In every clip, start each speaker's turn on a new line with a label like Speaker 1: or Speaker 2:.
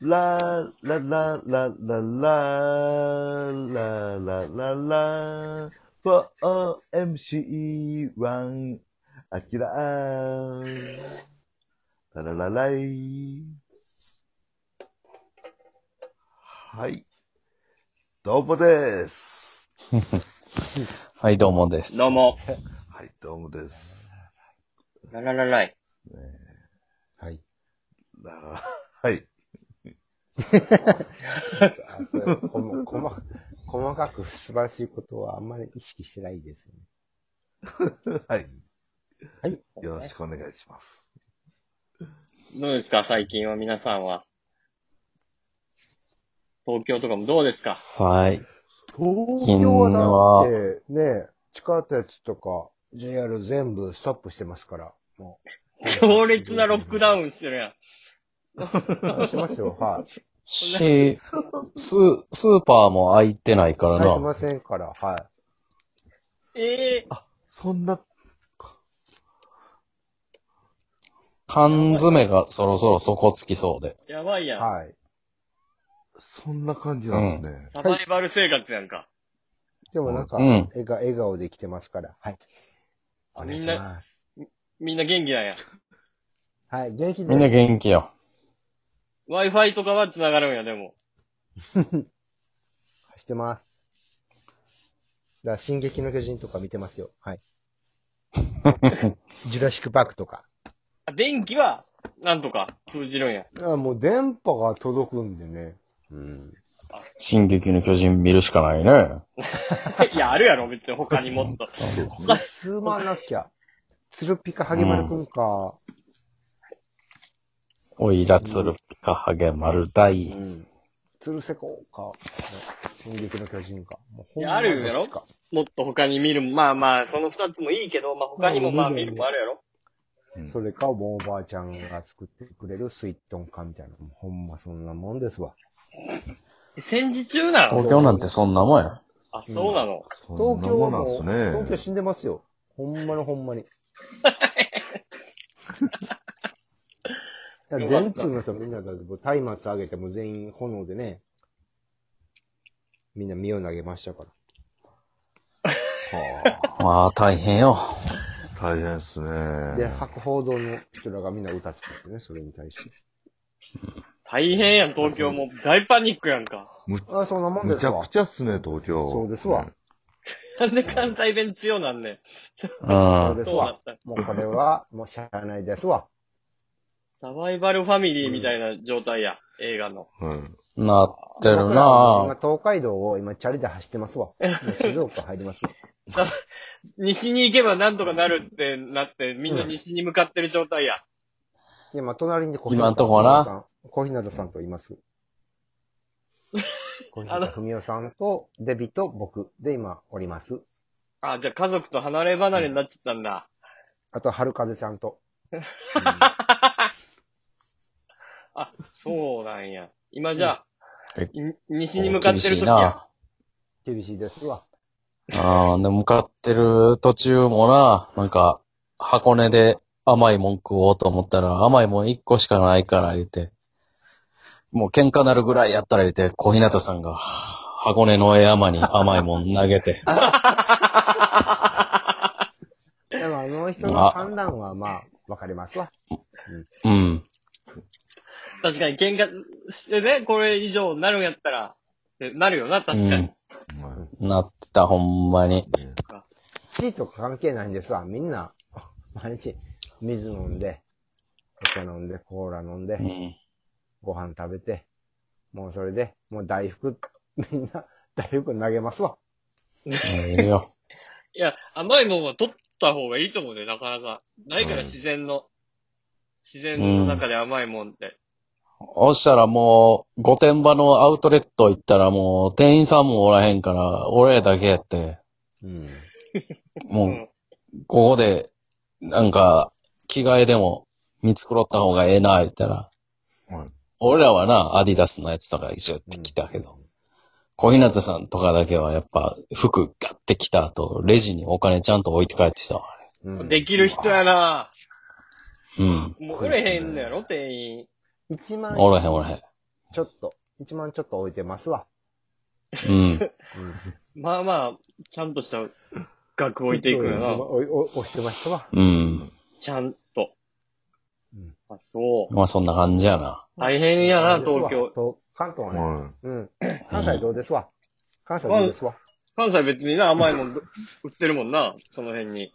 Speaker 1: ラーラララララララララ 4MC1 アキラーラララライはいどうもです
Speaker 2: はい、どうもです。
Speaker 3: どうも。
Speaker 1: はいどうもです
Speaker 3: ラララライ。
Speaker 2: はい。
Speaker 1: ララはい
Speaker 4: あそれこもこま 細かく素晴らしいことはあんまり意識してないですよね。
Speaker 1: はい
Speaker 4: はい
Speaker 1: よろしくお願いします
Speaker 3: どうですか最近は皆さんは。東京とかもどうですか
Speaker 2: はい。
Speaker 4: 東京はだってね、地下鉄とか JR 全部ストップしてますから、もう。
Speaker 3: 強烈なロックダウンしてるやん。
Speaker 4: ン。してますよ、はい。
Speaker 2: し、ス、スーパーも開いてないから
Speaker 4: 入ってま
Speaker 2: な。
Speaker 4: せんから、は
Speaker 3: ええ
Speaker 1: そんな
Speaker 2: 缶詰がそろそろ底つきそうで。
Speaker 3: やばい
Speaker 4: い。
Speaker 3: やん。
Speaker 4: はい。
Speaker 1: そんな感じなんですね。
Speaker 3: サバイバル生活やんか。
Speaker 4: でもなんか、
Speaker 2: うん
Speaker 4: 笑顔笑顔できてますから、はい。
Speaker 3: あ
Speaker 4: お願い
Speaker 3: みん
Speaker 4: し
Speaker 3: な、
Speaker 4: ます
Speaker 3: みんな元気なんや。
Speaker 4: はい、元気
Speaker 2: みんな
Speaker 4: で。
Speaker 2: 元気よ。
Speaker 3: Wi-Fi とかは繋がるんや、でも。
Speaker 4: してます。だから進撃の巨人とか見てますよ。 はい。ジュラシックパークとか。
Speaker 3: あ電気は、なんとか通じるんや。
Speaker 4: いや、もう電波が届くんでね。うん。
Speaker 2: 進撃の巨人見るしかないね。
Speaker 3: いや、あるやろ、別に他にもっと。
Speaker 4: すまなきゃ。つるぴかはげまるくんか。
Speaker 2: おいらつるぴかはげまる大
Speaker 4: う。ん。つるせこか。進撃の巨人か。もう
Speaker 3: いや、あるやろもっと他に見る。まあまあ、その二つもいいけど、まあ他にもまあ見るもあるやろ。
Speaker 1: うん
Speaker 4: それか、もうおばあちゃんが作ってくれるスイットンかみたいな。もうほんまそんなもんですわ。
Speaker 3: 戦時中なの
Speaker 2: 東京なんてそんなもんや。
Speaker 3: あ、そうなの。
Speaker 1: そん
Speaker 4: 東
Speaker 1: な
Speaker 4: 京
Speaker 1: も
Speaker 4: は
Speaker 1: んなん
Speaker 4: も
Speaker 1: で
Speaker 4: う、
Speaker 1: す
Speaker 4: 東京
Speaker 1: ね。
Speaker 4: 死んでますよ。ほんまのほ んまに。いや、電通の人みんなだって、もう松明あげても全員炎でね、みんな身を投げましたから。
Speaker 1: は
Speaker 2: まあ、大変よ。
Speaker 1: あ、大変ですね。
Speaker 4: で、白報堂の人らがみんな歌ってたんですよね、それに対して。
Speaker 3: 大変やん、東京も。大パニックやんか。
Speaker 4: あ、そんなもんで
Speaker 1: む
Speaker 4: す
Speaker 1: ちゃ
Speaker 4: わ
Speaker 1: く。ちゃっすね、東京。
Speaker 4: そうですわ
Speaker 3: なんで関西弁強なんねん。
Speaker 2: う
Speaker 4: そうで
Speaker 2: ん。
Speaker 4: す
Speaker 3: そうなっ
Speaker 4: わ。
Speaker 3: た。
Speaker 4: もうこれは、もうしゃあないですわ。
Speaker 3: サバイバルファミリーみたいな状態や。映画の。
Speaker 1: うん。
Speaker 2: なってる
Speaker 4: 僕らは 今
Speaker 2: な
Speaker 4: 東海道を今チャリで走ってますわ。もう静岡入りますわ。
Speaker 3: 西に行けばなんとかなるってなって、みんな西に向かってる状態や。
Speaker 4: で、まあ、隣に小日
Speaker 2: 今ん
Speaker 4: 向
Speaker 2: とこは
Speaker 4: さん。小日向さんとい ます。小日向文夫さんと、デビと僕で今おります。
Speaker 3: あ、じゃあ家族と離れ離れになっちゃったんだ。
Speaker 4: あと、春風ちゃんと。
Speaker 3: そうなんや。今じゃあ、
Speaker 2: うん
Speaker 3: い西に向かって
Speaker 2: 厳
Speaker 3: る
Speaker 2: し
Speaker 3: 時
Speaker 2: い
Speaker 3: や。
Speaker 2: な。
Speaker 4: 厳しいですわ。
Speaker 2: ああ、で、向かってる途中もな、なんか、箱根で甘いもん食おうと思ったら、甘いもん1個しかないから言って、もう喧嘩なるぐらいやったら言って、小日向さんが、はあ箱根の山に甘いもん投げ て、
Speaker 4: でも、あの人の判断はまあ、わかりますわ。
Speaker 2: うん。
Speaker 3: 確かに喧嘩してね、これ以上なるんやったら、ってなるよな、
Speaker 2: う
Speaker 3: 確かに。
Speaker 2: ん。なってた、ほんまに。
Speaker 4: 地位とか関係ないんですわ。みんな、毎日、水飲んで、お茶飲んで、コーラ飲んで
Speaker 2: う、ん。
Speaker 4: ご飯食べて、もうそれで、もう大福、みんな、大福投げますわ。
Speaker 2: いるよ。
Speaker 3: いや、甘いもんは取った方がいいと思うね、なかなか。ないから自然の、自然の中で甘いもんって。
Speaker 2: おしたらもう、御殿場のアウトレット行ったらもう、店員さんもおらへんから、俺だけやって、
Speaker 4: うん。
Speaker 2: も
Speaker 3: う
Speaker 2: う、
Speaker 3: ん
Speaker 2: ここで、なんか、着替えでも見繕った方がええな、言ったら。
Speaker 1: はい
Speaker 2: 俺らはな、アディダスのやつとか一緒って来たけど、小日向さんとかだけはやっぱ、服ガッて来た後、レジにお金ちゃんと置いて帰ってきたわ。
Speaker 4: うん。
Speaker 3: できる人やな
Speaker 2: うん。
Speaker 3: もうおれへんのやろ、店員。
Speaker 4: 一万
Speaker 2: おらへんおらへん。
Speaker 4: ちょっと、1万ちょっと置いてますわ。
Speaker 2: うん。
Speaker 3: まあまあ、ちゃんとした額置いていくよな。
Speaker 4: おいお押してましたわ。
Speaker 2: うん。
Speaker 3: ちゃんと。
Speaker 4: うん
Speaker 3: あ、そう。
Speaker 2: まあそんな感じやな。
Speaker 3: 大変やな、東京。
Speaker 4: 京。関東はね。
Speaker 1: うん。
Speaker 4: うん。関西どうですわ。関西どうですわ。
Speaker 3: 関西別にな、甘いもんぶ売ってるもんな、その辺に。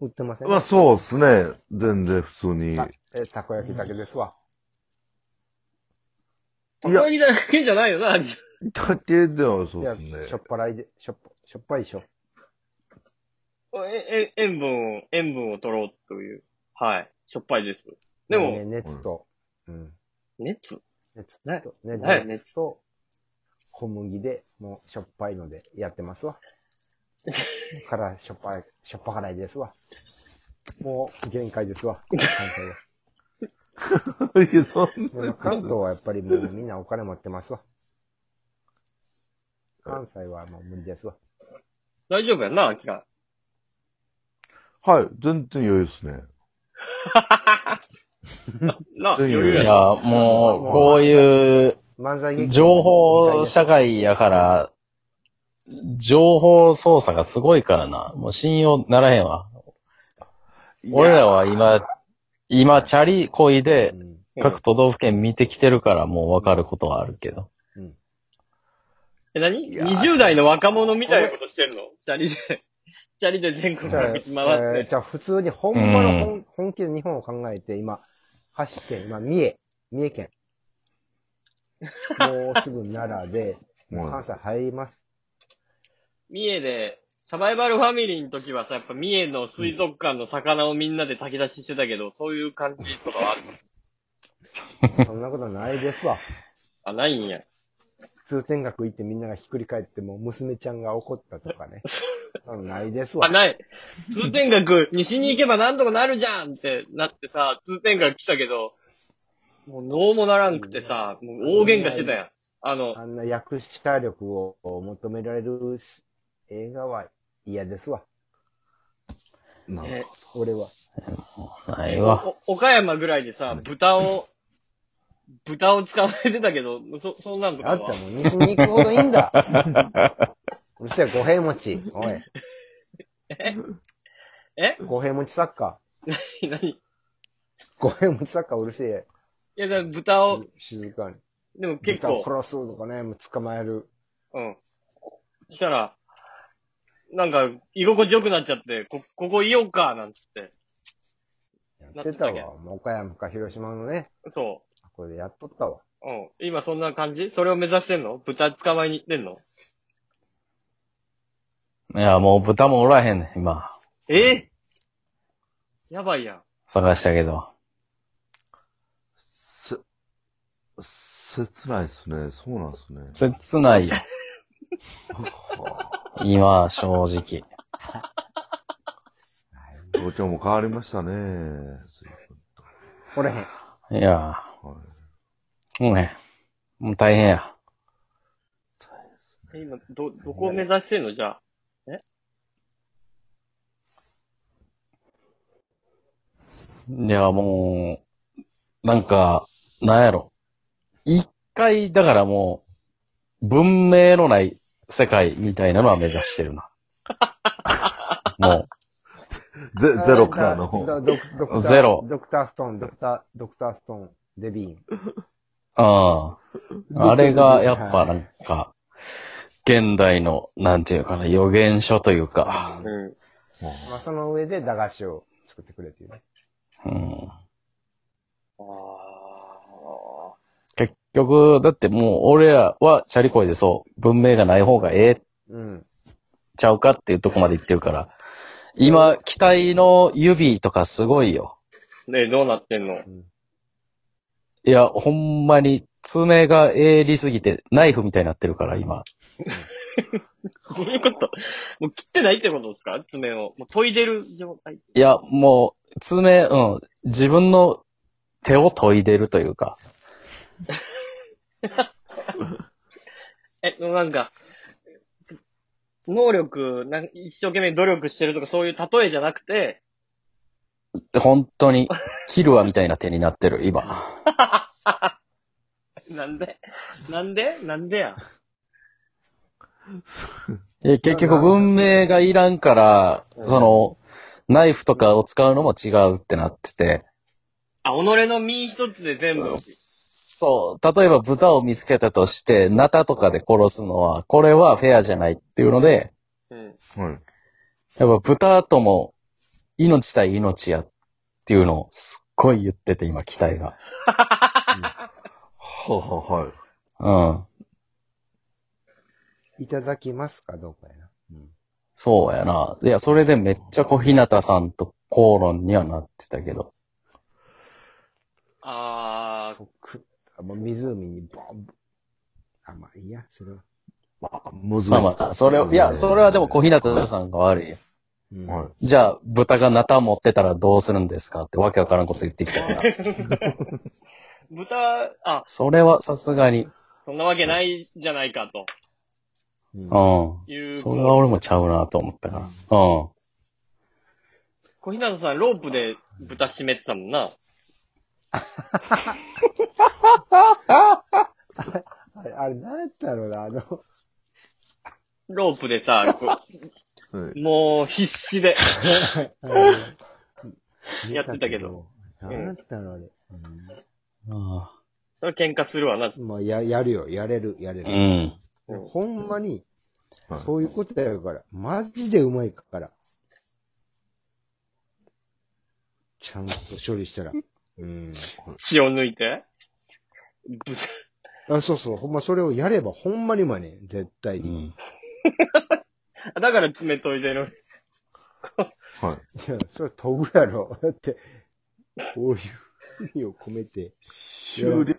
Speaker 4: 売ってません。
Speaker 1: まあ、そうですね。全然普通に。
Speaker 4: あえたこ焼きだけですわ。
Speaker 3: た
Speaker 1: いや
Speaker 3: こ焼きだけじゃないよな。
Speaker 1: だけではそ
Speaker 4: いうや、
Speaker 1: で
Speaker 4: し
Speaker 1: す
Speaker 4: ょ
Speaker 1: ね
Speaker 4: っ。ぱらいで、しょっぱ、しょっぱいでしょ。
Speaker 3: え、え、塩分を、塩分を取ろうという。はい。しょっぱいです。で
Speaker 4: ね
Speaker 3: も、
Speaker 4: 熱と、うん。
Speaker 3: 熱
Speaker 4: 熱
Speaker 3: ね
Speaker 4: と、
Speaker 3: ね
Speaker 4: ね、熱と、小麦で、もう、しょっぱいので、やっ てますわ。から、しょっぱい、しょっぱ辛いですわ。もう、限界ですわ。関西は。
Speaker 1: いやそん
Speaker 4: でも関東はやっぱりもうみんなお金持ってま すわ。関西はもう無理ですわ。
Speaker 3: 大丈夫やんな、秋が。
Speaker 1: はい。全然余裕ですね。そう
Speaker 3: な、余
Speaker 1: いう
Speaker 3: 裕
Speaker 2: い
Speaker 3: や
Speaker 2: や
Speaker 3: ん。、
Speaker 2: もう、こういう、
Speaker 4: 漫才劇
Speaker 2: 情報社会やから、情報操作がすごいからな。もう信用ならへんわ。俺らは今、今、チャリこいで
Speaker 4: う、ん
Speaker 2: 各都道府県見てきてるから、もうわかることはあるけど。
Speaker 3: え、何
Speaker 1: いや
Speaker 3: ?20 代の若者みたいなことしてるのチャリで。チャリで全国
Speaker 4: だから
Speaker 3: 各地回
Speaker 4: え
Speaker 3: っ
Speaker 4: ー
Speaker 3: て。
Speaker 4: じゃあ普通に本場の
Speaker 2: う
Speaker 4: 本本気で日本を考えて、今、8県、今、三重、三重県。もうすぐ奈 良で、
Speaker 1: うん
Speaker 4: 関西入ります。
Speaker 3: 三重で、サバイバルファミリーの時はさ、やっぱ三重の水族館の魚をみんなで炊き出ししてたけど、そういう感じとかはある
Speaker 4: そんなことないですわ。
Speaker 3: あ、ないんや。
Speaker 4: 通天閣行ってみんながひっくり返っても、娘ちゃんが怒ったとか ね。そんなのないですわ
Speaker 3: あ、。ない。通天閣、西に行けばなんとかなるじゃんってなってさ、通天閣来たけど、もうどうもならんくてさ、もう大喧嘩してたやん。あの、
Speaker 4: あんな役者力を求められるし映画は嫌ですわ。
Speaker 1: な
Speaker 3: え
Speaker 4: 俺は。
Speaker 2: ないわ。
Speaker 3: お岡山ぐらいでさ、豚を、豚を捕まえてたけど、そ、そんなんとか
Speaker 4: あった
Speaker 3: は。
Speaker 4: もん、西に行くほどいいんだ。うるせえ、五平餅。おい。
Speaker 3: え
Speaker 4: 五平餅サッカ
Speaker 3: 何い
Speaker 4: ー。五平餅サッカーうるせえ。
Speaker 3: や、だから豚を、
Speaker 4: 静かに。
Speaker 3: でも結
Speaker 4: 豚を
Speaker 3: 構、
Speaker 4: 殺すとかね、もう捕まえる。
Speaker 3: うん。そしたら、なんか、居心地良くなっちゃって、こ、ここいようか、なんつって。
Speaker 4: やってたわ。もう岡山か広島のね、
Speaker 3: そ
Speaker 4: これでやっとったわ。
Speaker 3: う。うん。今そんな感じそれを目指してんの豚捕まえに行ってんの
Speaker 2: いや、もう豚もおらへんねん、今。
Speaker 3: ええやばいやん。
Speaker 2: 探したけど。
Speaker 1: せ、切ないですね。そうなんですね。
Speaker 2: 切ない よ。今、正直。
Speaker 1: 東京も変わりましたね。
Speaker 4: おれへん。
Speaker 2: いや、
Speaker 1: は
Speaker 2: もうね、もう大変や。
Speaker 3: え今、ど、どこを目指してんのじゃあ。
Speaker 2: いや、もう、なんか、なんやろ。一回、だからもう、文明のない世界みたいなのは目指してるな。 も
Speaker 1: いゼゼロからの。
Speaker 4: だだドクドクター
Speaker 2: ゼロ
Speaker 4: ドクターストーン、ドクター、ドクターストーン、デビーン。
Speaker 2: う、うん。あれが、やっぱなんか、現代の、なんていうかな、予言書というか、
Speaker 3: うん。
Speaker 4: まあ、その上で駄菓子を作ってくれっていうね。
Speaker 2: うん。
Speaker 3: ああ。
Speaker 2: 結局、だってもう、俺らは、チャリコイでそう、文明がない方がええ
Speaker 4: うん。
Speaker 2: ちゃうかっていうとこまで行ってるから、今、機体の指とかすごいよ。
Speaker 3: ねえ、どうなってんの
Speaker 4: うん
Speaker 2: いや、ほんまに、爪が鋭利すぎて、ナイフみたいになってるから、今。
Speaker 3: どういうこともう切ってないってことですか爪を。もう研いでる状態。
Speaker 2: いや、もう、爪、うん、自分の手を研いでるというか。
Speaker 3: え、もうなんか、能力なん、一生懸命努力してるとかそういう例えじゃなくて、
Speaker 2: 本当に、キルアみたいな手になってる、今。
Speaker 3: なんでなんでなんでや。
Speaker 2: え、結局文明がいらんから、その、ナイフとかを使うのも違うってなってて、
Speaker 3: あ、己の身一つで全部。
Speaker 2: そう、例えば豚を見つけたとして、ナタとかで殺すのは、これはフェアじゃないっていうので、
Speaker 3: うん。
Speaker 1: はい。
Speaker 2: やっぱ豚とも命対命やっていうのをすっごい言ってて、今、期待が。
Speaker 1: はははい。
Speaker 2: うん。
Speaker 4: いただきますかどうかやな。うん。
Speaker 2: そうやな。いや、それでめっちゃ小日向さんと口論にはなってたけど。
Speaker 3: あー、
Speaker 4: とく、あもう湖にボン。あ、まあいいや、それは。
Speaker 1: まあ、むずい。
Speaker 2: まあまあ、それを、いや、それはでも小日向さんが悪いやん。
Speaker 4: うん
Speaker 1: はい。
Speaker 2: じゃあ、豚がナタ持ってたらどうするんですかってわけわからんこと言ってきた から。
Speaker 3: 豚、あ、
Speaker 2: それはさすがに。
Speaker 3: そんなわけないじゃないかと。
Speaker 4: うん
Speaker 2: うん。
Speaker 3: いう。
Speaker 2: それは俺もちゃうなと思ったから。うん。
Speaker 3: 小日向さん、ロープで豚締めてたもんな。
Speaker 4: あれ、あれ、なんやったろうな、あの、
Speaker 3: ロープでさ、こ
Speaker 1: は
Speaker 3: う
Speaker 1: い
Speaker 3: もう必死で。や
Speaker 4: や
Speaker 3: ってたけど。
Speaker 4: なんやったろう、あれ。うん
Speaker 2: あ
Speaker 3: それ喧嘩するわな。
Speaker 4: まあ、や、やるよ。やれる、やれ
Speaker 2: あう
Speaker 4: る。
Speaker 2: ん。
Speaker 3: うん
Speaker 4: ほんまに、
Speaker 1: はい
Speaker 4: そういうことやから。マジでうまいから。ちゃんと処理したら。うん。
Speaker 3: 血を抜いて。ぶ
Speaker 4: あ、そうそう。ほんま、それをやればほんまにうまいね。絶対
Speaker 2: う
Speaker 4: に。
Speaker 2: ん。
Speaker 3: だから爪研いでる。
Speaker 1: はい。
Speaker 4: いや、それ研ぐやろ。だって、こういう意味を込めて。
Speaker 1: 終了。